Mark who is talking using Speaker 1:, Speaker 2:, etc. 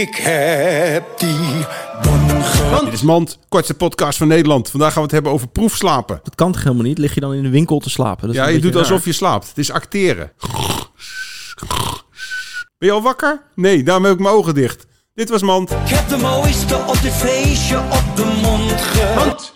Speaker 1: Ik heb die bon ge...
Speaker 2: Dit is Mand, kortste podcast van Nederland. Vandaag gaan we het hebben over proefslapen.
Speaker 3: Dat kan toch helemaal niet? Lig je dan in de winkel te slapen? Dat is
Speaker 2: Ja,
Speaker 3: een
Speaker 2: je
Speaker 3: beetje
Speaker 2: doet alsof
Speaker 3: raar.
Speaker 2: je slaapt. Het is acteren. Ben je al wakker? Nee, daarom heb ik mijn ogen dicht. Dit was Mand.
Speaker 1: Ik heb de mooiste op dit feestje op de mond ge...